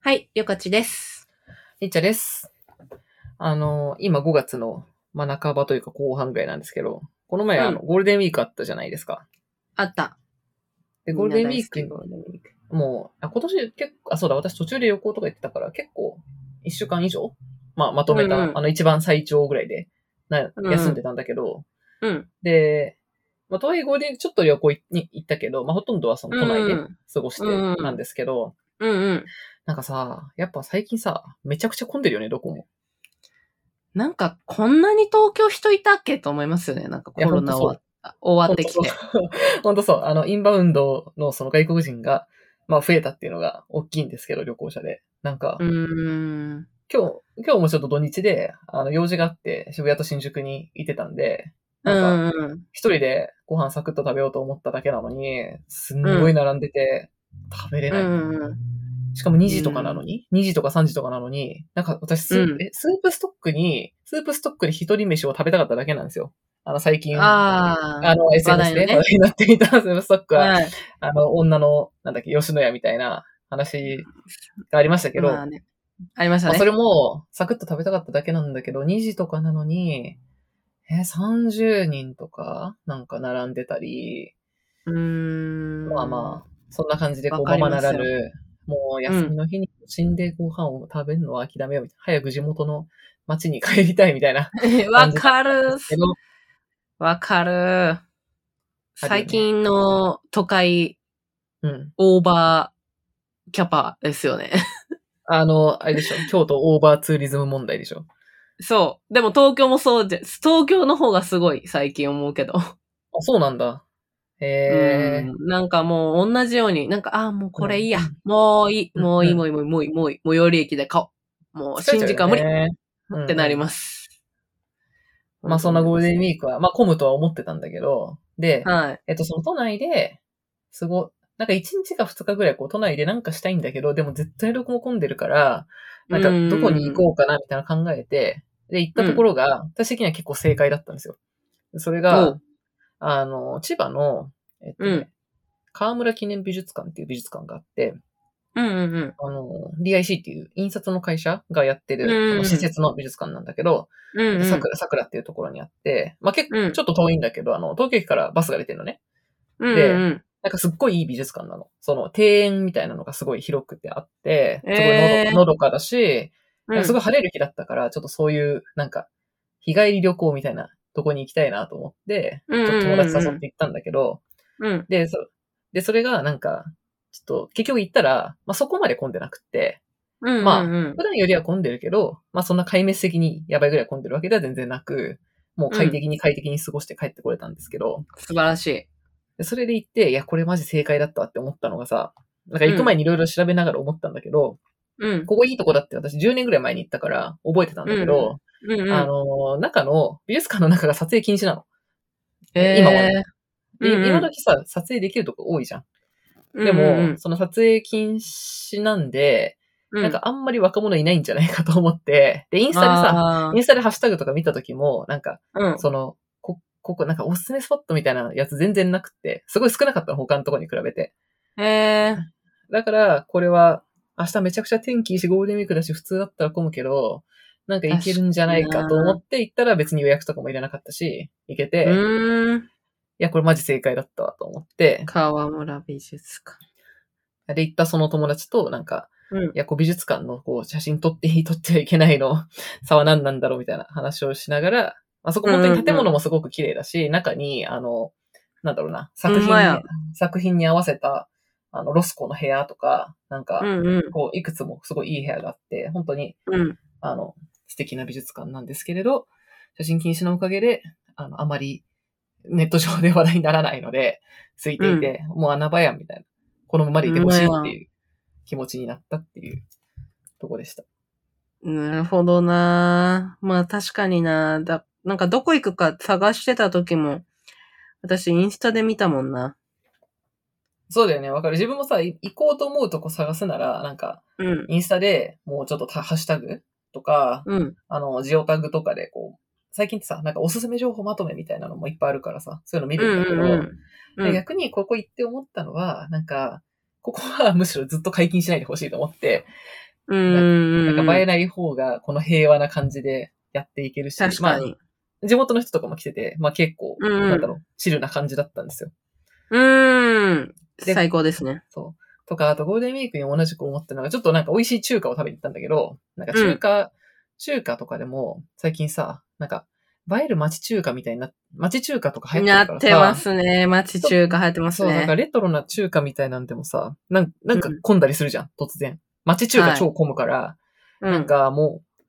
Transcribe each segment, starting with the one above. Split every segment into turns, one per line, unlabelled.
はい、よかちです。
いっちゃです。あの、今5月の、まあ、半ばというか後半ぐらいなんですけど、この前、
うん
あの、ゴールデンウィークあったじゃないですか。
あった。
で、ゴールデンウ
み
ィー
んな大
ク、
好きゴールデンウィーク。
もう、あ今年結構、あ、そうだ、私途中で旅行とか行ってたから、結構、1週間以上、まあ、まとめた、
うんうん
あの、一番最長ぐらいで、な
うん
休んでたんだけど、
うん。
で、まあ、とはいえゴールデンウィークちょっと旅行いに行ったけど、まあ、ほとんどはその都内
う
で
ん
過ごして
うんうん
なんですけど、
うんうん。
なんかさ、やっぱ最近さ、めちゃくちゃ混んでるよね、どこも。
なんか、こんなに東京人いたっけと思いますよね。なんかコロナ終わった終わってきて。
本当そう。あの、インバウンドのその外国人が、まあ増えたっていうのが大きいんですけど、旅行者で。なんか、
うーん。
今日、今日もちょっと土日で、あの、用事があって、渋谷と新宿に行ってたんで、
う
なんか、
んうん。
一人でご飯サクッと食べようと思っただけなのに、すんごい並んでて、食べれ
う
ない。
んうん。
しかも2時とかなのに、2時とか3時とかなのに、なんか私スープ、
うん
えスープストックに、スープストックで一人飯を食べたかっただけなんですよ。あの、最近、
ああ。
あの、SNS で
話題のね
話題になっていたスープストックは、
はい。
あの、女の、なんだっけ、吉野家みたいな話がありましたけど、
まあね。ありました
まあ
ね。
それも、サクッと食べたかっただけなんだけど、2時とかなのに、え、30人とか、なんか並んでたり、
うーん。
まあまあ、そんな感じでこう、
わかり
ま
ま
ますな
よ
らぬ、もう休みの日に死んでご飯を食べるのは諦めようみたいな、早く地元の町に帰りたいみたいな。
あ。わかるっす
けど
わかる。最近の都会
うん。
オーバーキャパですよね。
あの、あれでしょ、京都オーバーツーリズム問題でしょ。
そう。でも東京もそうで、東京の方がすごい最近思うけど。
あ、そうなんだ。えー、
うんなんかもう同じように、なんか、ああ、もうこれいいや。
うん
もういい。
うん
もういい、もういい、もういい、もういい、もういい。最寄り駅で買おう。もう新宿は無理っ
って
なり
す
ます。
まあそんなゴールデンウ
ー
ィークは、まあ混むとは思ってたんだけど、で、
はい。
えっと、その都内で、すご、なんか1日か2日ぐらいこう都内でなんかしたいんだけど、でも絶対どこも混んでるから、なんかどこに行こうかなみたいな考えて、で、行ったところが、私的には結構正解だったんですよ。それ
お
が
う、
あの、千葉の、えっとね、
うん
河村記念美術館っていう美術館があって、
うんうんうん。
あの、DIC っていう印刷の会社がやってる、
うん
その施設の美術館なんだけど、
うんうん、
桜、桜っていうところにあって、まあ結
う
構、
ん
ちょっと遠いんだけど、あの、東京駅からバスが出てるのね。
うんうん
なんかすっごいいい美術館なの。その庭園みたいなのがすごい広くてあって、すごいのど,、
えー
のどかだし、
うん、
すごい晴れる日だったから、ちょっとそういう、なんか、日帰り旅行みたいなとこに行きたいなと思って、
うんうんうん
ちょっと友達誘って行ったんだけど、
うん。
で、そ、で、それがなんか、ちょっと結局行ったら、まあそこまで混んでなくって、
うん。
まあ
うんうん
普段よりは混んでるけど、まあそんな壊滅的にやばいぐらい混んでるわけでは全然なく、もう快適に快適に過ごして帰ってこれたんですけど、
素晴らしい。
でそれで行って、いや、これマジ正解だったって思ったのがさ、なんか行く前にいろいろ調べながら思ったんだけど、
うん。
ここいいとこだって私10年ぐらい前に行ったから覚えてたんだけど、
うんうん、
あのー中の、美術館の中が撮影禁止なの。
えー、
今はねで、
うんうん
今時さ、撮影できるとこ多いじゃん。でも、
うん
その撮影禁止なんで、
うん、
なんかあんまり若者いないんじゃないかと思って、で、イン
イ
スタでさ、
さ
インスタでハッシュタグとか見た時も、なんか、
うん、
その、こ、ここ、なんかおすすめスポットみたいなやつ全然なくって、すごい少なかったの、他のとこに比べて。
えー、
だから、これは、明日めちゃくちゃ天気いいし、ゴールデンウィークだし、普通だったら混むけど、なんか行けるんじゃないかと思って行ったら別に予約とかもいらなかったし、行けて、
う
い
ーん。
や、これマジ正解だったわと思って、
川村美術館。
で、行ったその友達と、なんか、
うん。
いや、こう美術館のこう写真撮っていい、撮ってはいけないの 差は何なんだろうみたいな話をしながら、あそこ本当に建物もすごく綺麗だし、中に、あの、なんだろうな、作
ほん
品
まや
に、作品に合わせた、あの、ロスコの部屋とか、なんか
う、んうん。
こう、いくつもすごいいい部屋があって、本当に、
うん。
あの、素敵な美術館なんですけれど、写真禁止のおかげで、あの、あまりネット上で話題にならないので、ついていて、もう穴場やんみたいな。このままでいてほしいっていう気持ちになったっていうとこでした。
なるほどなまあ確かになだ、なんかどこ行くか探してた時も、私インスタで見たもんな。
そうだよね、わかる。自分もさ、い行こうと思うとこ探すなら、なんか、
うん。
インスタでもうちょっとたハッシュタグとか、
うん。
あの、ジオタグとかでこう、最近ってさ、なんかおすすめ情報まとめみたいなのもいっぱいあるからさ、そういうの見
うん
るんだけど、
うんう
で
ん。
逆にここ行って思ったのは、なんか、ここはむしろずっと解禁しないでほしいと思って、
うん。
なんか映えない方が、この平和な感じでやっていけるし、
確かに。
地元の人とかも来てて、まあ結構、
うんうん
なんだろう、チルな感じだったんですよ。
うん。
で
最高ですね。
そう。とか、あとゴールデンウィークに同じく思ったのが、ちょっとなんか美味しい中華を食べに行ったんだけど、なんか中華、中華とかでも、最近さ、なんか、映える町中華みたいにな、町中華とか流行って
や
るから
っ
さ。
てますね。町中華流行ってます
そう、なんか
ね。
レトロな中華みたいなんでもさ、なんなんか混んだりするじゃん、突然。町中華超混むから、
う
なん
ん。
かもう、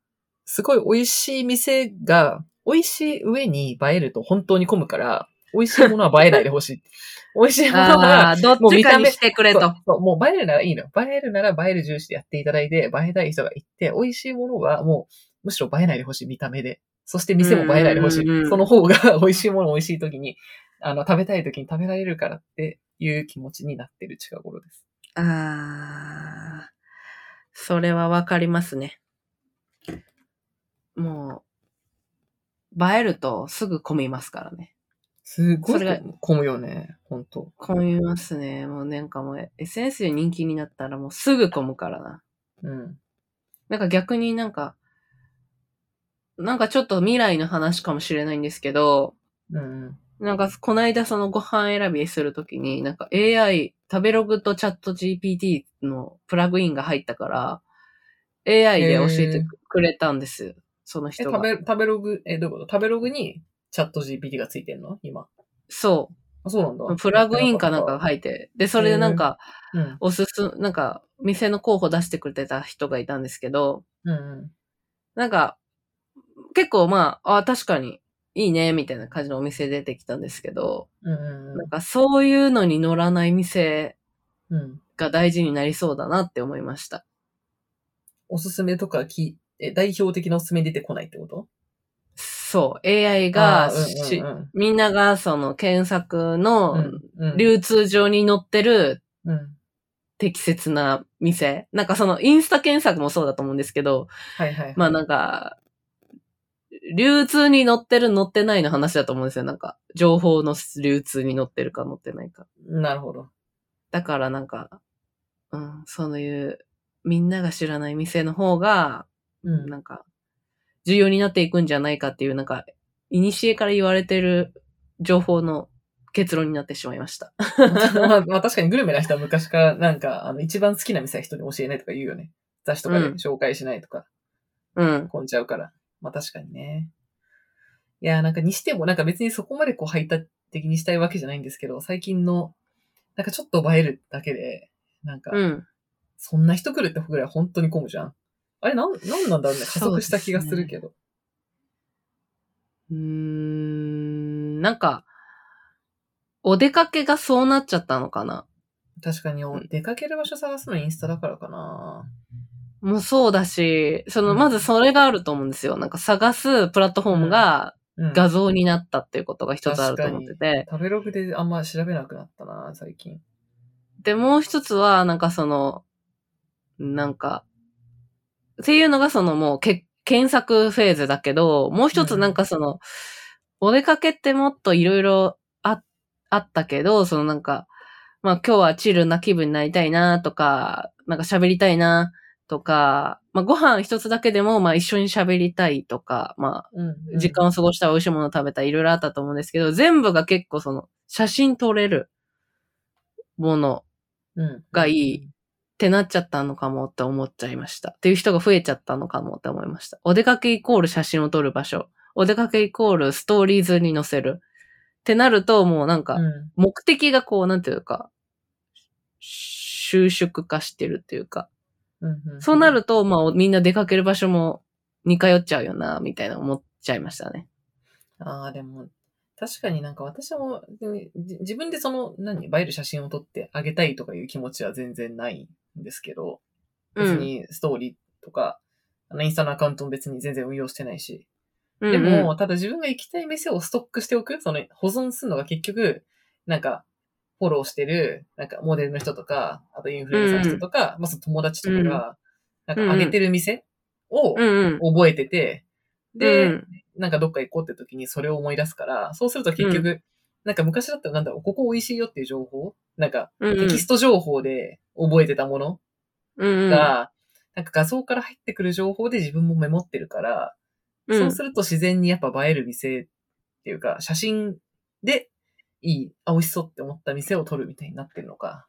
すごい美味しい店が、美味しい上に映えると本当に混むから、美味しいものは映えないで ほしい。美味しいもの
あ
は、
あ、どっ
もう
ち
見
か
た
に
目
してくれ
そ
と
う。そうもう映えるならいいのよ。映えるなら映える重視でやっていただいて、映えたい人が行って、美味しいものはもう、むしろ映えないでほしい、見た目で。そして店も映えないでほし
うんうんうん
い。その方が 美味しいもの美味しい時に、あの、食べたい時に食べられるからっていう気持ちになってる近頃です。
ああ、それはわかりますね。もう、映えるとすぐ混みますからね。
すごい
それが
混むよね、本当
混みますね。もうなんかもう SNS で人気になったらもうすぐ混むからな。
うん。
なんか逆になんか、なんかちょっと未来の話かもしれないんですけど、
うんうん。
なんかこないだそのご飯選びするときに、なんか AI、食べログとチャット GPT のプラグインが入ったから、AI で教えてくれたんですよ。その
え、
人
食
が。
べ、食べログ、え、どういうこと食べログにチャット GPT がついてんの今。
そ
あ、そうなんだ
う。。プラグインかなんかが入って。で、それでなんか、
うん。
おすす、なんか、店の候補出してくれてた人がいたんですけど、
うんう
なんか、結構まあ、あ確かに、いいね、みたいな感じのお店出てきたんですけど、
ん。うん
なんかそういうのに乗らない店
うん。うん。
が大事になりそうだなって思いました。
おすすめとかき、え、代表的なおすすめ出てこないってこと
そう、AI が
あ、ー
し
うんうん
みんながその検索
う
の
ん。うん。
流通上に載ってる
うん。
適切な店。なんかそのインスタ検索もそうだと思うんですけど、
はいはいはい。
まあなんか、流通に載ってる載ってないの話だと思うんですよ。なんか、情報の流通に載ってるか載ってないか。
なるほど。
だからなんか、うん、そういう、みんなが知らない店の方が、
うん。
なんか、重要になっていくんじゃないかっていう、なんか、いにしえから言われてる情報の結論になってしまいました。
まあ、まあ確かにグルメな人は昔から、なんか、あの、一番好きな店は人に教えないとか言うよね。雑誌とかで
うん
紹介しないとか、
うん。
混んじゃうから。まあ確かにね。いやー、なんかにしても、なんか別にそこまでこう排他的にしたいわけじゃないんですけど、最近の、なんかちょっと映えるだけで、なんか、
うん。
そんな人来るってぐらい本当に混むじゃん。あれ、なん、なんなんだろうね。加
そうで
速
す
し
ね
た気がするけど。
うーん、なんか、お出かけがそうなっちゃったのかな。
確かに、出かける場所探すのインスタだからかな。
もうそうだし、そうの、
ん
まずそれがあると思うんですよ。なんか探すプラットフォームが
うん。
画像になったっていうことが一つあると思ってて。
食べログであんま調べなくなったな、最近。
で、もう一つは、なんかその、なんか、っていうのがそのもうけ検索フェーズだけど、もう一つなんかその、お出かけってもっといろいろああったけど、そのなんか、まあ今日はチルな気分になりたいなとか、なんか喋りたいなとか、まあご飯一つだけでも、まあ一緒に喋りたいとか、まあ
うん。うん
時間を過ごしたい美味しいものを食べたい、いろいろあったと思うんですけど、全部が結構その、写真撮れるものがいいってなっちゃったのかもって思っちゃいました。っていう人が増えちゃったのかもって思いました。お出かけイコール写真を撮る場所。お出かけイコールストーリーズに載せる。ってなると、もうなん
う
か
ん。、うん
目的がこう、なんていうか、収縮化してるっていうか、
うんうん
そうなると、まあ、みんな出かける場所も似通っちゃうよな、みたいな思っちゃいましたね。
ああ、でも、確かになんか私も、でじ自分でその、何、映える写真を撮ってあげたいとかいう気持ちは全然ないんですけど、別にストーリーとか、あの、インスタのアカウントも別に全然運用してないし。
うん
でも、
うんうん
ただ自分が行きたい店をストックしておく、その、保存するのが結局、なんか、フォローしてる、なんか、モデルの人とか、あとインフルエンサーの人とか、まあ、その友達とかが、なんか、あげてる店を
うんうん。
覚えてて、で、
うん
なんかどっか行こうって時にそれを思い出すから、そうすると結局、なんか昔だったらなんだろう、ここ美味しいよっていう情報なんか
うんうん、
テキスト情報で覚えてたもの
うんうん
が、なんか画像から入ってくる情報で自分もメモってるから、
うん。
そうすると自然にやっぱ映える店っていうか、写真でいい、あ、美味しそうって思った店を撮るみたいになってるのか。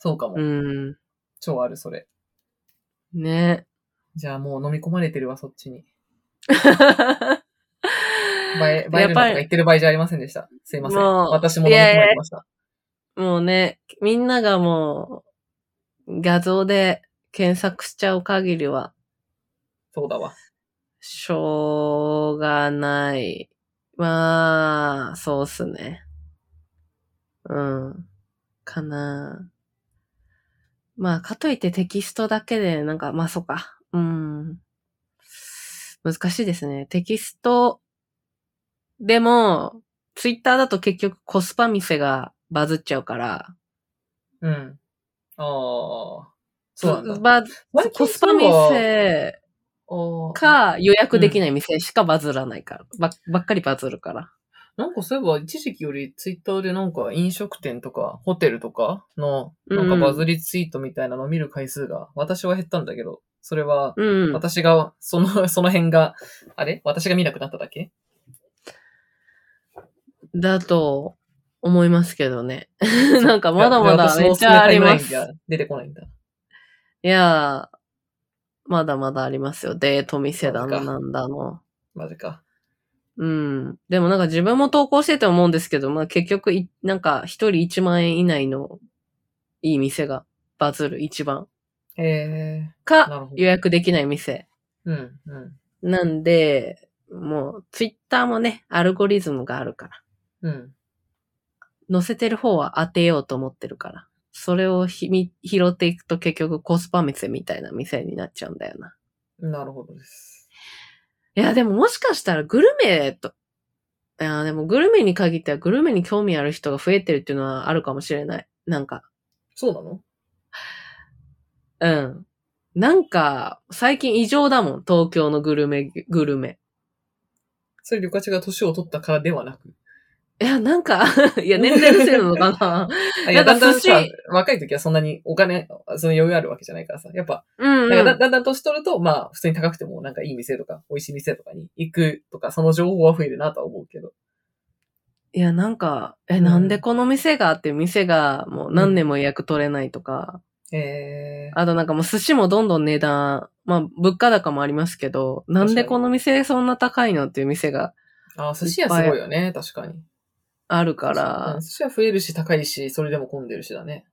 そうか も。
うん。
超ある、それ。
ね。
じゃあもう飲み込まれてるわ、そっ ちに。
やっ
映え、映えるのと
ぱ
か
り
言ってる場合じゃありませんでした。すいません。
もう
私も飲み込まれてました。
もうね、みんながもう、画像で検索しちゃう限りは、
そうだわ。
しょうがない。まあ、そうっすね。うん。かな。まあ、かといってテキストだけで、なんか、まあ、そうか。うん。難しいですね。テキスト、でも、ツイッターだと結局コスパ店がバズっちゃうから、
うん。ああ、そうなんだ。
バ
最近
コスパ
そうは
店
あー
か予約できない店しかバズらないから、ばばっかりバズるから。
なんかそういえば一時期よりツイッターでなんか飲食店とかホテルとかのなんかバズりツイートみたいなのを見る回数が私は減ったんだけど、それは
うん。
私が、その、 その辺が、あれ私が見なくなっただけ
だと思いますけど ね。なんかまだまだ
いや
めっちゃあります。
じ
い
ゃあ私のおすめタイムラインが出てこないんだ。
やー、まだまだありますよ。デート店だ
そう
の
か
なんだの。
マジか。
うん。でもなんか自分も投稿してて思うんですけど、まあ結局い、なんか一人1万円以内のいい店がバズる一番。
へえー、
か、
なるほど
予。約できない店。
うん、う
なんで、もう、ツイッターもね、アルゴリズムがあるから。
ん、うん。
載せてる方は当てようと思ってるから。それをひみ拾っていくと結局コスパ店みたいな店になっちゃうんだよな。
なるほどです。
いや、でももしかしたらグルメと、いや、でもグルメに限ってはグルメに興味ある人が増えてるっていうのはあるかもしれない。なんか、
そうなの
うん。なんか、最近異常だもん。東京のグルメ、グルメ。
それ、旅客が年を取ったからではなく。
いや、なんか、 いや、年齢のせいなのか な。
あいや、
な
だ
ん
ん
か
だんさ
寿司、
若い時はそんなにお金、その余裕あるわけじゃないからさ。やっぱ、
うん、
なんかだ
うん
だんだん年取ると、まあ、普通に高くても、なんかいい店とか、美味しい店とかに行くとか、その情報は増えるなとは思うけど。
いや、なんか、え、
うん
なんでこの店があって、店がもう何年も予約取れないとか、
えー、
あとなんかもう寿司もどんどん値段、まあ物価高もありますけど、なんでこの店そんな高いのっていう店が
あ、寿司屋すごいよね、確かに。
あるか
う
ら
ん、寿司は増えるし、高いし、それでも混んでるしだね。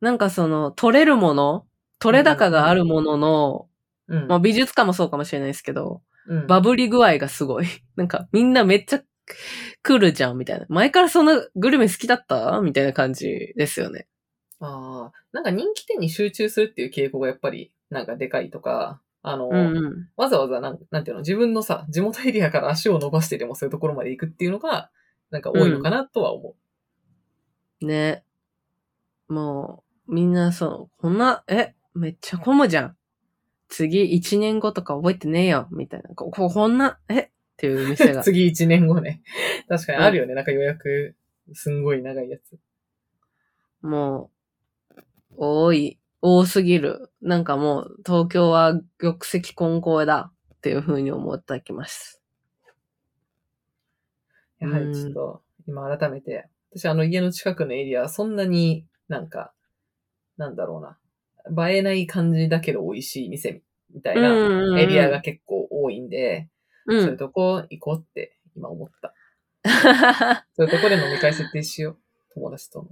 なんかその、取れるもの、取れ高があるものの、
うん
まあ美術館もそうかもしれないですけど、
うん
バブり具合がすごい。 なんかみんなめっちゃ来るじゃんみたいな。前からそんなグルメ好きだったみたいな感じですよね。
ああ、なんか人気店に集中するっていう傾向がやっぱり、なんかでかいとか、あの、
うんうん。
わざわざなん、なんていうの、自分のさ、地元エリアから足を伸ばしてでもそういうところまで行くっていうのが、なんか多いのかなとは思う。
ね。もう、みんなそう、こんな、え、めっちゃ混むじゃん。次、一年後とか覚えてねえよ、みたいな。こ、ここんな、えっていう店 が。
次1年後ね。確かにあるよね、なんか予約、すんごい長いやつ。
もう、多い、多すぎる。なんかもう、東京は玉石混交だ、っていう風に思ってきます。
やはりちょっと、今改めて、私あの家の近くのエリア、そんなになんか、なんだろうな、映えない感じだけど美味しい店みたいなエリアが結構多いんで、
うんうん
そううい
ん。
うとこ行こうって今思った。
うん。
そういうとこで飲み会設定しよう。友達との。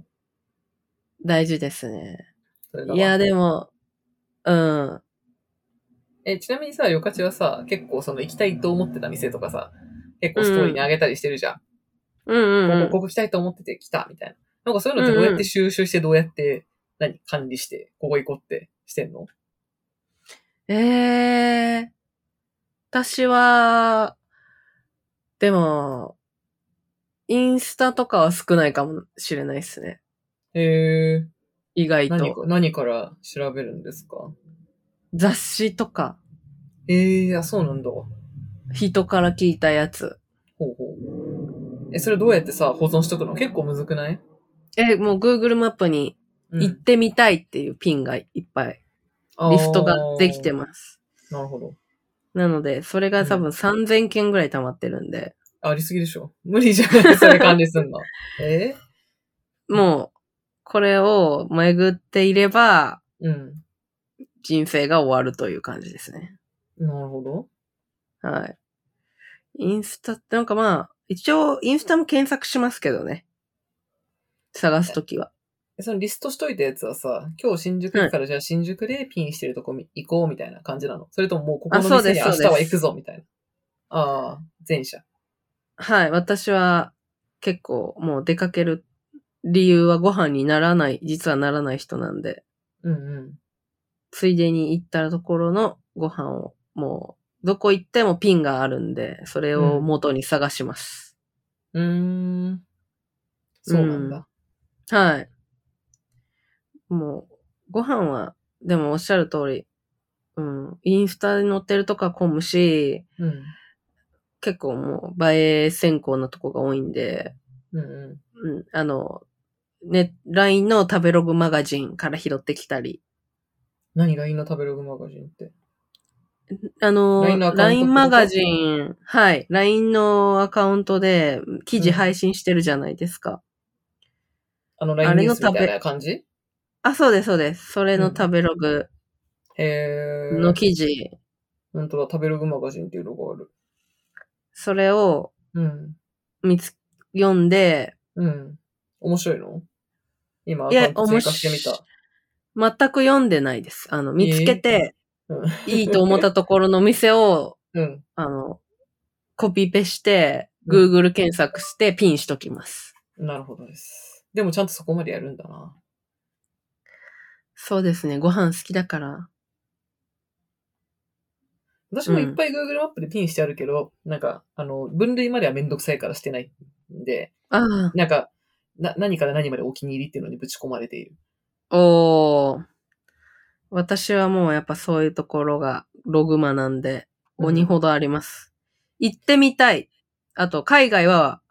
大事ですね。
それだわ
いや、でも、うん。
え、ちなみにさ、よかちはさ、結構その行きたいと思ってた店とかさ、結構ストーリーにあげたりしてるじゃん。
うんうん、うん
ここ、ここ来たいと思ってて来た、みたいな。なんかそういうのってどうやって収集して、どうやって、何、管理して、ここ行こうってしてんの
ええ私は、でも、インスタとかは少ないかもしれないですね。
へえ
意外
何
と。
か、何から調べるんですか
雑誌とか、
ええあ、そうなんだ。ほ
人から聞いたやつ。
うほう。え、それどうやってさ、保存しとくの結構むずくない
え、もう Google マップに
う
行っ
ん。
てみたいっていうピンがいっぱい。
あ
リフトができてます。
す。なるほど。
なので、それが多分3000件ぐらい溜まってるんで、
ありすぎでしょ。無理じゃないそれ管理す んの。え
もう、これを巡っていれば、
うん。
人生が終わるという感じですね。
なるほど。
はい。インスタってなんかまあ、一応、インスタも検索しますけどね。探すときは。
えそのリストしといたやつはさ、今日新宿行くから、じゃあ新宿でピンしてるとこみ行こうみたいな感じなのそれとももうここの
あそうで
店に
す
明日
そう
は
で
行
す
くぞみたいな。ああ、前者。
はい。私は結構もう出かける理由はご飯にならない、実はならない人なんで、
うんうん。
ついでに行ったところのご飯をもう、どこ行ってもピンがあるんで、それを元に探します。
うーん。そうなんだ。
はい。もう、ご飯は、でもおっしゃる通り、うん、インスタに載ってるとか混むし、
うん。
結構もう映え先行なとこが多いんで、
うんう
うん、あの、ね、LINE の食べログマガジンから拾ってきたり、
ん。何 LINE の食べログマガジンって。
あの、
LINE のアカウント
LINE マガジン、はい、LINE のアカウントで記事配信してるじゃないですか。
あの LINE
あれ
ニュー
の
スみたい
食
な感じ
あ、そうです、そうです。それの
うん
食べログ
へえ。
の記事、
本当だ、食べログマガジンっていうロゴある。
それを
うん。
見つ、読んで、
うん。面白いの今、
いや
アカウント追加してみた。
全く読んでないです。あの、見つけて、
うん
いいと思ったところの店を、
うん。
あの、コピペして、Google 検索してピンしときます。
なるほどです。でもちゃんとそこまでやるんだな。
そうですね。ご飯好きだから。
私もいっぱい Google マップでピンしてあるけど、なんか、あの、分類まではめんどくさいからしてないんで、
あ
なんか、な、何から何までお気に入りっていうのにぶち込まれている。
あ、おー。私はもうやっぱそういうところがログマなんで、鬼ほどあります。行ってみたい。あと、海外は、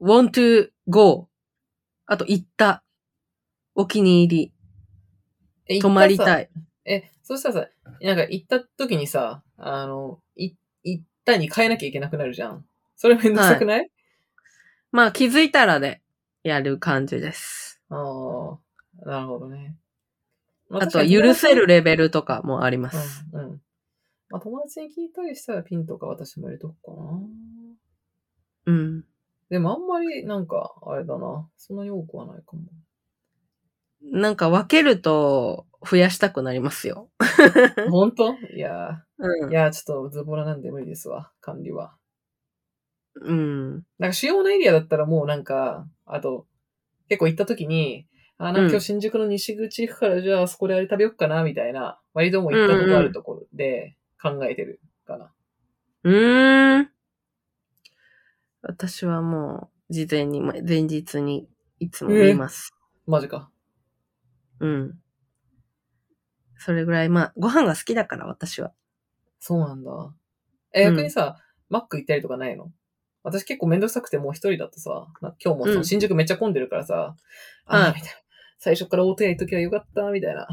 want to go。あと、行った。お気に入り。
え
泊まり
行ったさ
い。
え、そしたらさ、なんか行った時にさ、あの、い、行ったに変えなきゃいけなくなるじゃん。それめんどくさくない、
まあ気づいたらでやる感じです。
ああ、なるほどね。ま
あとは許せ。る
確かに
レベルとかもあります。
うん、うん。まあ、友達に聞いたりしたらピンとか私も入れとくかな。
うん。
でもあんまりなんか、あれだな。そんなに多くはないかも。
なんか分けると増やしたくなりますよ。
本当いや
う
ー、い
ん。
やー、ちょっとズボラなんで無理ですわ、管理は。
うん。
なんか主要なエリアだったらもうなんか、あと、結構行った時に、あー、なんか今日新宿の西口行くから、じゃあそこであれ食べよっかな、みたいな、割ともう行ったことあるところで考えてるかな。
うーん。私はもう事前に、ま前日にいつも見ます。
マジか。
うん。それぐらい、まあ、ご飯が好きだから私は。
そうなんだ。え、
うん
逆にさ、マック行ったりとかないの私結構めんどくさくてもう一人だとさ、な今日もそうの
ん
新宿めっちゃ混んでるからさ、
は
あ
い
ーみたいな。最初から大手屋行っときゃよかった、みたいな。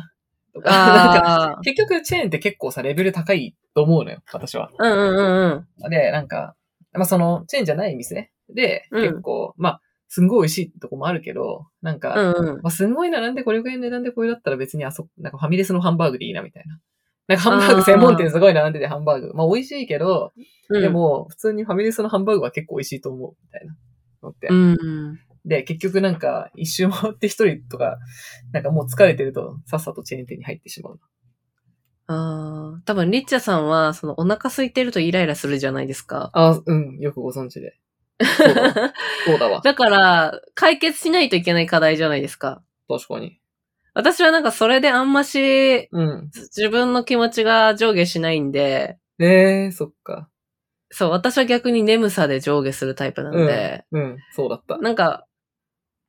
とか、なんか、
ああ。
結局チェーンって結構さ、レベル高いと思うのよ、私は。
うんうんうんうん。
で、なんか、まあその、チェーンじゃない店で、
うん
結構、まあ、すんごい美味しいとこもあるけど、なんか、
うんうん。
まあ、すんごい並んでこれぐらいの値段でこれだったら別にあそこ、なんかファミレスのハンバーグでいいなみたいな。なんかハンバー
あ
グ
ー
専門店すごい並んでてハンバーグ。まあ美味しいけど、
うん、
でも普通にファミレスのハンバーグは結構美味しいと思うみたいなのって。
うんうん。
で、結局なんか一周回って一人とか、なんかもう疲れてるとさっさとチェーン店に入ってしまう。
ああ、多分、リッチャさんは、その、お腹空いてるとイライラするじゃないですか。
あ、うん、よくご存知で。そうだわそうだ わ。
だから、解決しないといけない課題じゃないですか。
確かに。
私はなんか、それであんまし、
うん。
自分の気持ちが上下しないんで、
ええー、そっか。
そう、私は逆に眠さで上下するタイプなんで、
うん、そうだった。
なんか、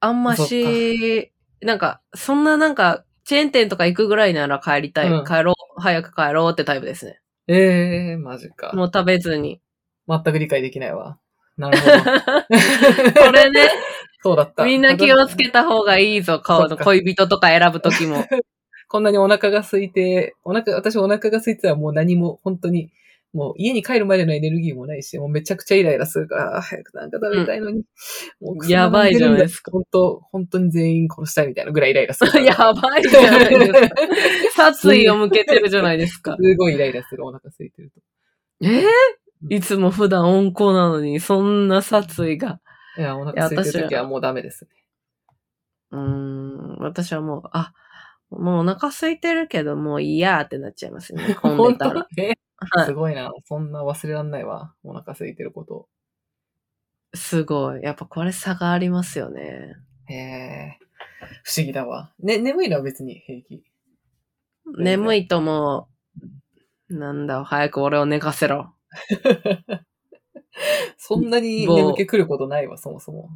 あんまし、なんか、そんななんか、チェーン店とか行くぐらいなら帰りたい、
うん
帰ろう、早く帰ろうってタイプですね。
ええー、マジか。
もう食べずに。
全く理解できないわ。な るほど。
これ ね、
そうだった。
みんな気をつけた方がいいぞ、顔
そっ
の
か
恋人とか選ぶときも。
こんなにお腹が空いて、お腹、私お腹が空いてたらもう何も、本当に、もう家に帰るまでのエネルギーもないし、もうめちゃくちゃイライラするから、あー早くなんか食べたいのに、もう
やばいじゃないです
か。本当、本当に全員殺したいみたいなぐらいイライラするから。
やばいじゃないですか。殺意を向けてるじゃないですか。
すごいイライラする、お腹空いてると。
えーいつも普段温厚なのに、そんな殺意が。
いや、お腹空いてる時
いや私
はもうダメですね。
うーん、私はもう、あ、もうお腹空いてるけど、もういいやーってなっちゃいます ね。混んで
本
た
当
ら。
え
は
すごいな。そんな忘れらんないわ。お腹空いてること。
い。すごい。やっぱこれ差がありますよね。
へえ。不思議だわ。ね、眠いのは別に平気。ん
眠いともう、なんだ、早く俺を寝かせろ。
そんなに眠気来ることないわ、そもそも。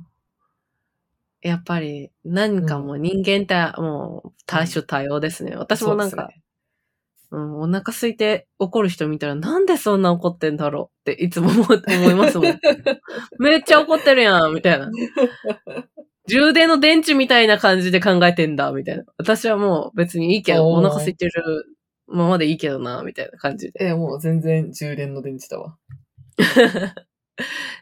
やっぱり、何かもう人間って、もう、多種多様ですね。私もなん
そう
か
で、
うん、お腹空いて怒る人見たら、なんでそんな怒ってんだろうっていつも思う思いますも ん。めっちゃ怒ってるやん、みたいな。充電の電池みたいな感じで考えてんだ、みたいな。私はもう別にいいけど、
お
お
ー
腹空いてるままでいいけどな、みたいな感じ
すね
で。
えー、もう全然充電の電池だわ。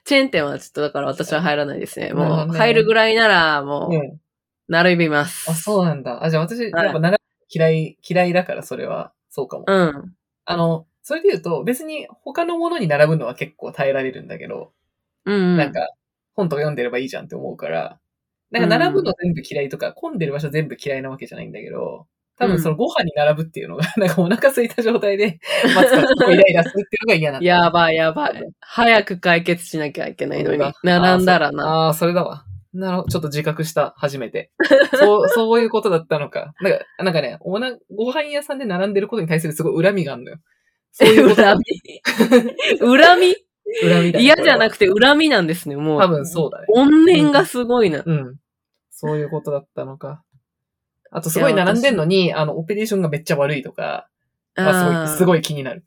チェーン店はちょっとだから私は入らないですね。
なる
も
ほ
う
どね
入るぐらいなら、もう、
ね
並びます。
あ、そうなんだ。あ、じゃあ私、やっ
はい
ぱ長い嫌い、嫌いだからそれは、そうかも。
うん。
あの、それで言うと、別に他のものに並ぶのは結構耐えられるんだけど、
うん。
なんか、本とか読んでればいいじゃんって思うから、なんか並ぶの全部嫌いとか、混んでる場所全部嫌いなわけじゃないんだけど、多分そのご飯に並ぶっていうのが、 なんかお腹空いた状 態で、待つからすごいイライラするっていうのが嫌なんだ。
やばいやばい。早く解決しなきゃいけないのに。並んだらな。
あーそあー、それだわ。なるほど。ちょっと自覚した。初 めて。そう、そういうことだったのか。なんか、なんかね、おな、ご飯屋さんで並んでることに対するすごい恨みがあるのよ。そういうこと。
恨み恨み
恨みだね。
嫌じゃな
く
くて恨みなんですね、もう。
多分そうだね。
怨念がすごいな。
うん。そういうことだったのか。あと、すごい並んでんのに、あの、オペレーションがめっちゃ悪いとか、はすごい、す
い。
ごい気になる。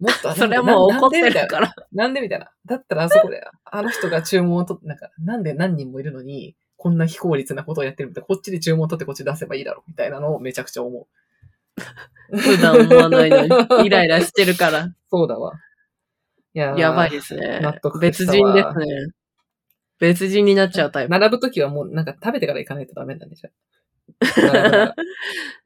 もっと、
それはもう怒ってる
ら。
から。
なんでみたいな。だったら、あそこで、あの人が注文を取って、なんか、なんで何人もいるのに、こんな非効率なことをやってるみたいな、こっちで注文を取ってこっち出せばいいだろ、みたいなのをめちゃくちゃ思う。
普段思わないのに。イライラしてる から。
そうだわ。いやー
やばいですね
納得。
別
したわ
人ですね。別人になっちゃうタイプ。
並ぶときはもう、なんか食べてから行かないとダメだ ね、じゃあ。並ぶ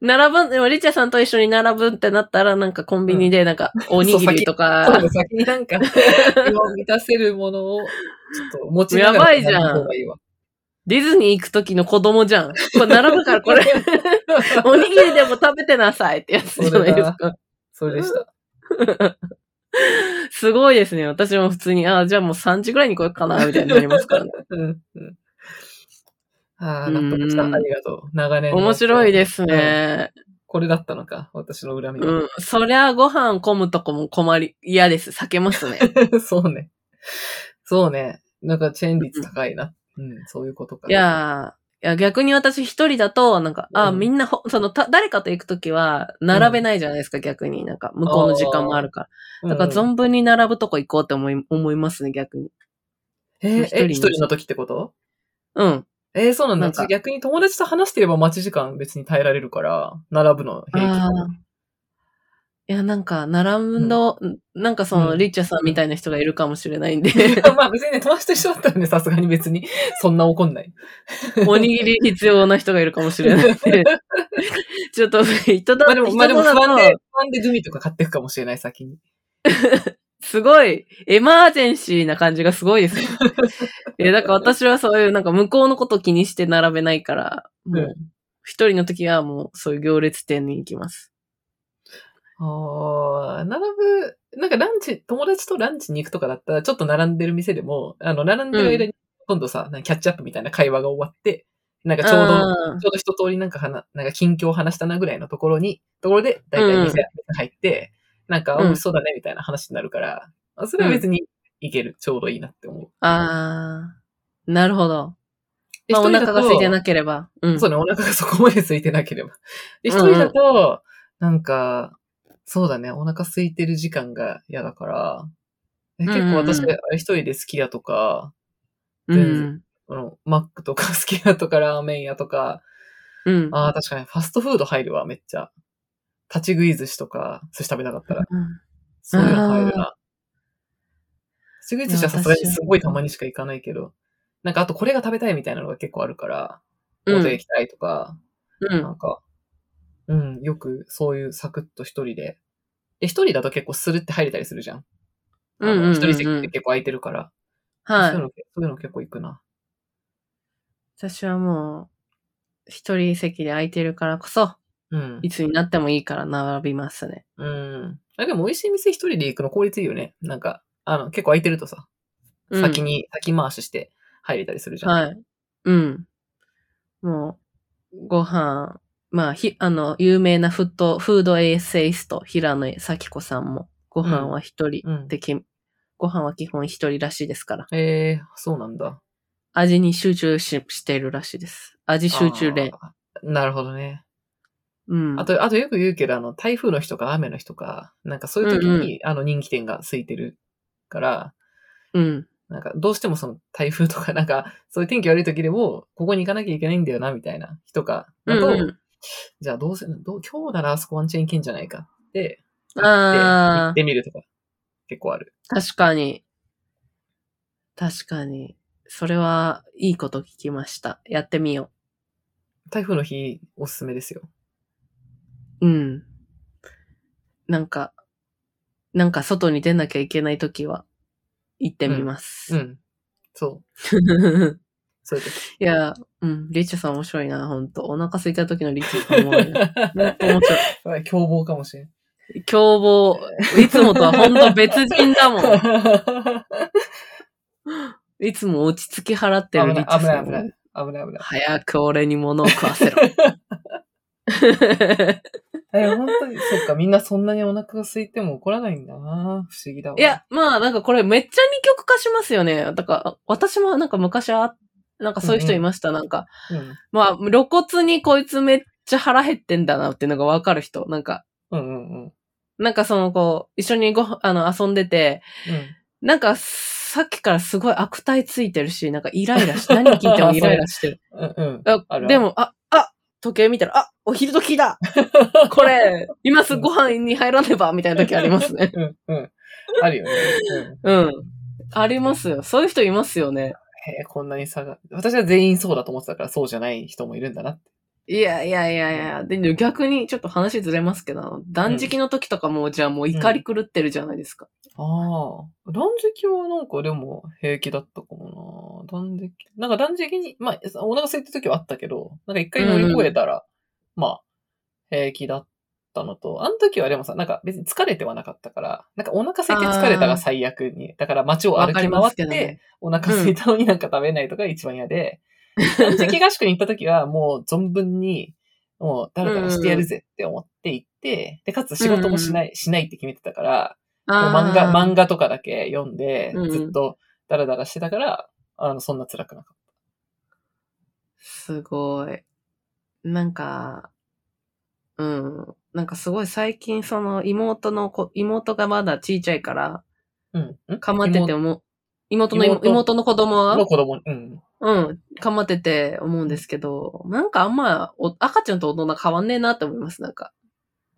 なら
並ぶ、でもリチャさんと一緒に並ぶってなったら、なんかコンビニで、なんか、おにぎりと
そう
か、
だ先になん か、今満たせるものを、ちょっと持ちながら。
やばいじゃん
方がいいわ。
ディズニー行く時の子供じゃん。これ並ぶからこれ、おにぎりでも食べてなさいってやつじゃないですか。
それでした。
すごいですね。私も普通に、ああ、じゃあもう3時ぐらいに来ようかな、みたいになりますからね。
うんうんああ、納得した。
うん
ありがとう。長年。
面白いです。ね。
これだったのか、私の恨み
う
は。
ん。そりゃご飯混むとこも困り、嫌です。避けますね。
そうね。そうね。なんかチェーン率高いな。うん、そういうことか。
いやー、いや逆に私一人だと、なんか、あー
うん
みんなほ、その、た誰かと行くときは、並べないじゃないですか、逆に。なんか、向こうの時間もあるから。
うん、
だから、存分に並ぶとこ行こうって思い、思いますね、逆に。
えー
一人
え、
に
一人の時ってこと
うん。
えーそうなんだ。
なんか
私逆に友達と話してれば待ち時間別に耐えられるから、並ぶの平
あー
気。
いや、なんか、並んだ、なんかその、
うん
リッチャさんみたいな人がいるかもしれないんで、
まあ別にね、友達と一緒だったらね、さすがに別に、そんな怒ん ない。
おにぎり必要な人がいるかもしれ ないんで、ちょっと、人だ、
まあでも、
人
まあでも
だ
不安で、
と、
不安でグミとか買っていくかもしれない、先に。
すごい、エマージェンシーな感じがすごい ですね。いや、だから私はそういう、なんか向こうのこと気にして並べないから、も
うん
う、一、人の時はもう、そういう行列店に行きます。
ああ、並ぶ、なんかランチ、友達とランチに行くとかだったら、ちょっと並んでる店でも、あの、並んでる間に、今度さ、なんかキャッチアップみたいな会話が終わって、なんかちょうど、
あー
ちょうど一通りなんかはな、なんか近況を話したなぐらいのところに、ところで、だいたい
うん
店店入って、なんか、
うん
美味しそうだねみたいな話になるから、あそれは別にいける、ちょうどいいなって思う。
あー、なるほど。
で
まあ、お
一人だ
腹
と
が空いてなければ。うん。
そうね、お腹がそこまで空いてなければ。で、
うん
一
うん
人だと、なんか、そうだね、お腹空いてる時間が嫌だから、え
うんうん
結
うん
構私、あれ一人で好きやとか、
うん。
あの、マックとか好きやとかラーメン屋とか、
うん。
ああ、確かに、ファストフード入るわ、めっちゃ。立ち食い寿司とか、寿司食べなかったら。
うん
そういうの入るな。立ち食い寿司はさすが
い
に
や私は
すごいたまにしか行かないけど。なんか、あとこれが食べたいみたいなのが結構あるから、
う
元
ん
行きたいとか、
うん
なんか、うん、よくそういうサクッと一人で。で、一人だと結構スルって入れたりするじゃん。あ
うんうんうんう
の
ん
一人席って結構空いてるから。
は
そういう
い。
のそういうの結構行くな。
私はもう、一人席で空いてるからこそ、
うん
い。つになってもいいから並びますね。
うん。あでも美味しい店一人で行くの効率いいよね。なんか、あの、結構空いてるとさ、
うん
先に、先回しして入れたりするじゃん。
はい。うん。もう、ご飯、まあ、ひ、あの、有名なフット、フードエッセイスト、平野咲子さんも、ご飯は一人
うん。
でき、ご飯は基本一人らしいですから。
えー、そうなんだ。
味に集中ししているらしいです。味集中で。
あー。なるほどね。
うん。
あと、あとよく言うけど、あの、台風の日とか雨の日とか、なんかそういう時に、
うんう
あの、人気店が空いてるから、
うん。
なんか、どうしてもその台風とか、なんか、 そういう天気悪い時でも、ここに行かなきゃいけないんだよな、みたいな日とかだと、
うん
じゃあどうせ、どう今日ならあそこワンチャン行けんじゃないかって、
うん、
で行
ああ
ってみるとか、結構ある。
確かに。確かに。それは、いいこと聞きました。やってみよ
台風の日、おすすめですよ。
う。うん。なんか、なんか外に出なきゃいけないときは、行ってみます。
うん。そう。そういう時。
いや、うん。リッチさん面白いな、ほんと。お腹空いた時のリッチさんおもろいな。ほん と面白い。
凶暴かもしれん。
凶暴。いつもとはほんと別人だも ん。いつも落ち着き払ってるリ
危
ッチ
な
さ
い
ん。
危ない危ない。危ない危ない。
早く俺に物を食わ せろ。
え、本当に、そっか、みんなそんなにお腹が空いても怒らないんだな不思議だわ。
いや、、まあなんかこれめっちゃ二極化しますよね。だから私もなんか昔は、なんかそういう人いました。なんか、
うん。
まあ露骨にこいつめっちゃ腹減ってんだなっていうのがわかる人。なんか、
うんうんうん。
なんかそのこう、一緒にご飯、あの、遊んでて、なんかさっきからすごい悪態ついてるし、なんかイライラ し、何聞いてもイライラしてる。
うん。うんうん。
あ
ある
でも、あ、あ、時計見たら、あ、お昼時 だこれ、今すぐご飯に入らねばみたいな時ありますね。
うんうん。あるよね。うん
うん。ありますよ。そういう人いますよね。
へえ、こんなに差が。私は全員そうだと思ってたから、そうじゃない人もいるんだなって。
いやいやいやいや。で、逆にちょっと話ずれますけどあの、断食の時とかも、じゃあもう怒り狂ってるじゃないですか。
ああ。断食はなんかでも平気だったかもな。断食。なんか断食に、まあ、お腹空いた時はあったけど、なんか一回乗り越えたら、まあ、平気だったのと、あの時はでもさ、なんか別に疲れてはなかったから、なんかお腹空いて疲れたが最悪に、だから街を
わ
歩
かり
き
ま
回っ
すけど
て、
ね。
お腹空いたのになんか食べないとか一番 嫌で、断食合宿に行った時はもう存分に、もうダラダラしてやるぜって思って行って、で、かつ仕事もしない、しないって決めてたから、もう漫画、漫
画。
画とかだけ読んで
うんう、ん
ずっとダラダラしてたから、あの、そんな辛くなかっ
すごい。なんか、うん。なんかすごい最近、その妹の子、妹がまだちいちゃいから、
た。うん。ん
かまってても、妹の妹
妹
の子供は
の子供、うん。
うん、かまってて思うんですけど、なんかあんまお、赤ちゃんと大人変わんねえなって思います、なんか。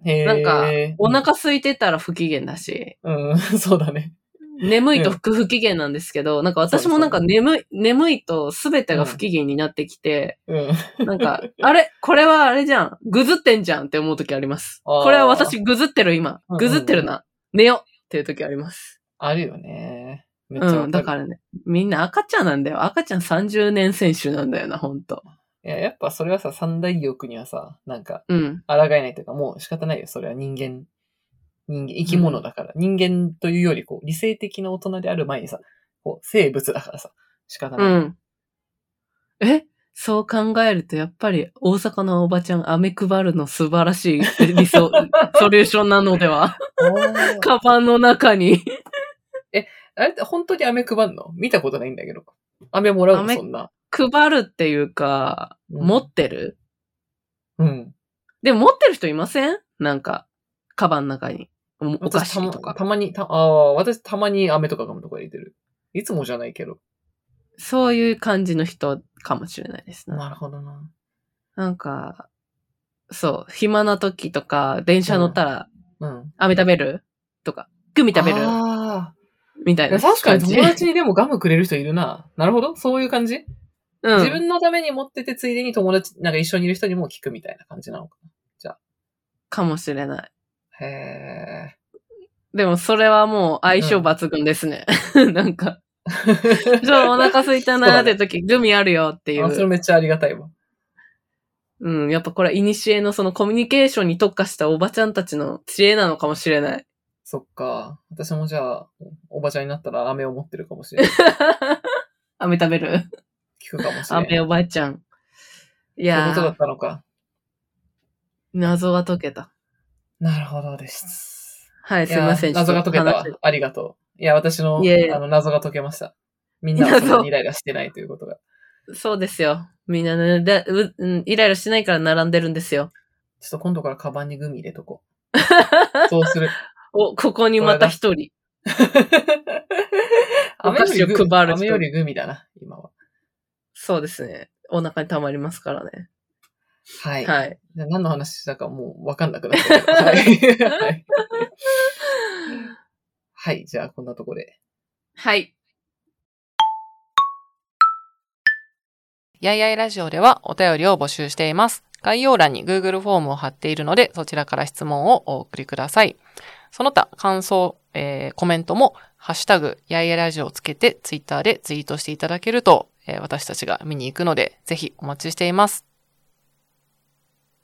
へー
なんか、お、腹空いてたら不機嫌だし、
うん、うん そうだね。
眠いと不不機嫌なんですけど、なんか私もなんか
そう
眠い、眠いと全てが不機嫌になってき て、
うん。
なんか、あれこれはあれじゃん。ぐずってんじゃんって思う時あります。
あー
これは私ぐずってる今
うん。うん
ぐずってるな。寝ようっていう時あります。
あるよね。めっちゃわか
う
る
ん、だからね、みんな赤ちゃんなんだよ。赤ちゃん30年選手なんだよな、ほんと。
いや、やっぱそれはさ、三大欲にはさ、なんか、
うん、
抗えないというか、もう仕方ないよ。それは人間、人間、生き物だから。人間というより、こう、理性的な大人である前にさ、こう、生物だからさ、仕方
う
な
ん。
い。
えそう考えると、やっぱり大阪のおばちゃん、飴配るの素晴らしい理想、 ソリューションなのでは
おー
カバンの中に。
あれって本当に飴配んの見たことないんだけど。飴もらうの、
飴
そんな。
配るっていうか、
うん
持ってる
うん。
でも持ってる人いませんなんか、カバンの中に。おお菓
私た
子
ま
とか。
たまに、たああ、私たまに飴とかガムとか入れてる。いつもじゃないけど。
そういう感じの人かもしれないですね。
なるほどな。
なんか、そう、暇な時とか、電車乗ったら、
うん。
飴食べるとか、グミ食べる
あ
みたい
あ。
な
確か
感
に
じ。
友達にでもガムくれる人いるな。なるほど。そういう感じ、
うん、
自分のために持ってて、ついでに友達、なんか一緒にいる人にも聞くみたいな感じなのか
かもしれない。
な。へ
でも、それはもう相性抜群ですね。 なんか、
え。
じゃあお腹空いたなーって時、グミあるよってい
あそれ
う。
めっちゃありがたいわ。
うん、やっぱこれは古のそのコミュニケーションに特化したおばちゃんたちの知恵なのかもしれ ない。
そっか。私もじゃあ、おばちゃんになったら飴を持ってるかもしれ ない。
飴食べる
聞くかもしれない。
飴おばあちゃん。い
そういう
や
ことだ
ー
っ、たのか。
謎は解けた。
なるほどです。
はい、すいません。
いや謎が解けたわ
ちょっと話。
ありがとう。いや、私の
いえいえ
あの謎が解けました。みんなはそんなにイライラしてないということが。
そうですよ。みんなね、だううん、イライラしないから並んでるんですよ。
ちょっと今度からカバンにグミ入れとこ う。そうする。
お、ここにまた一人。お菓子を配る人
雨よりグミだな、今は。
そうですね。お腹に溜まりますからね。
はい。
はい。
じゃあ何の話したかもうわかんなくなったけど。はい。はいはい、じゃあこんなとこで。
はい。
やいやいラジオではお便りを募集しています。概要欄に Google フォームを貼っているので、そちらから質問をお送りください。その他、感想、えーコメントも、ハッシュタグ、やいやいラジオをつけて、Twitter でツイートしていただけると、えー私たちが見に行くので、ぜひお待ちしています。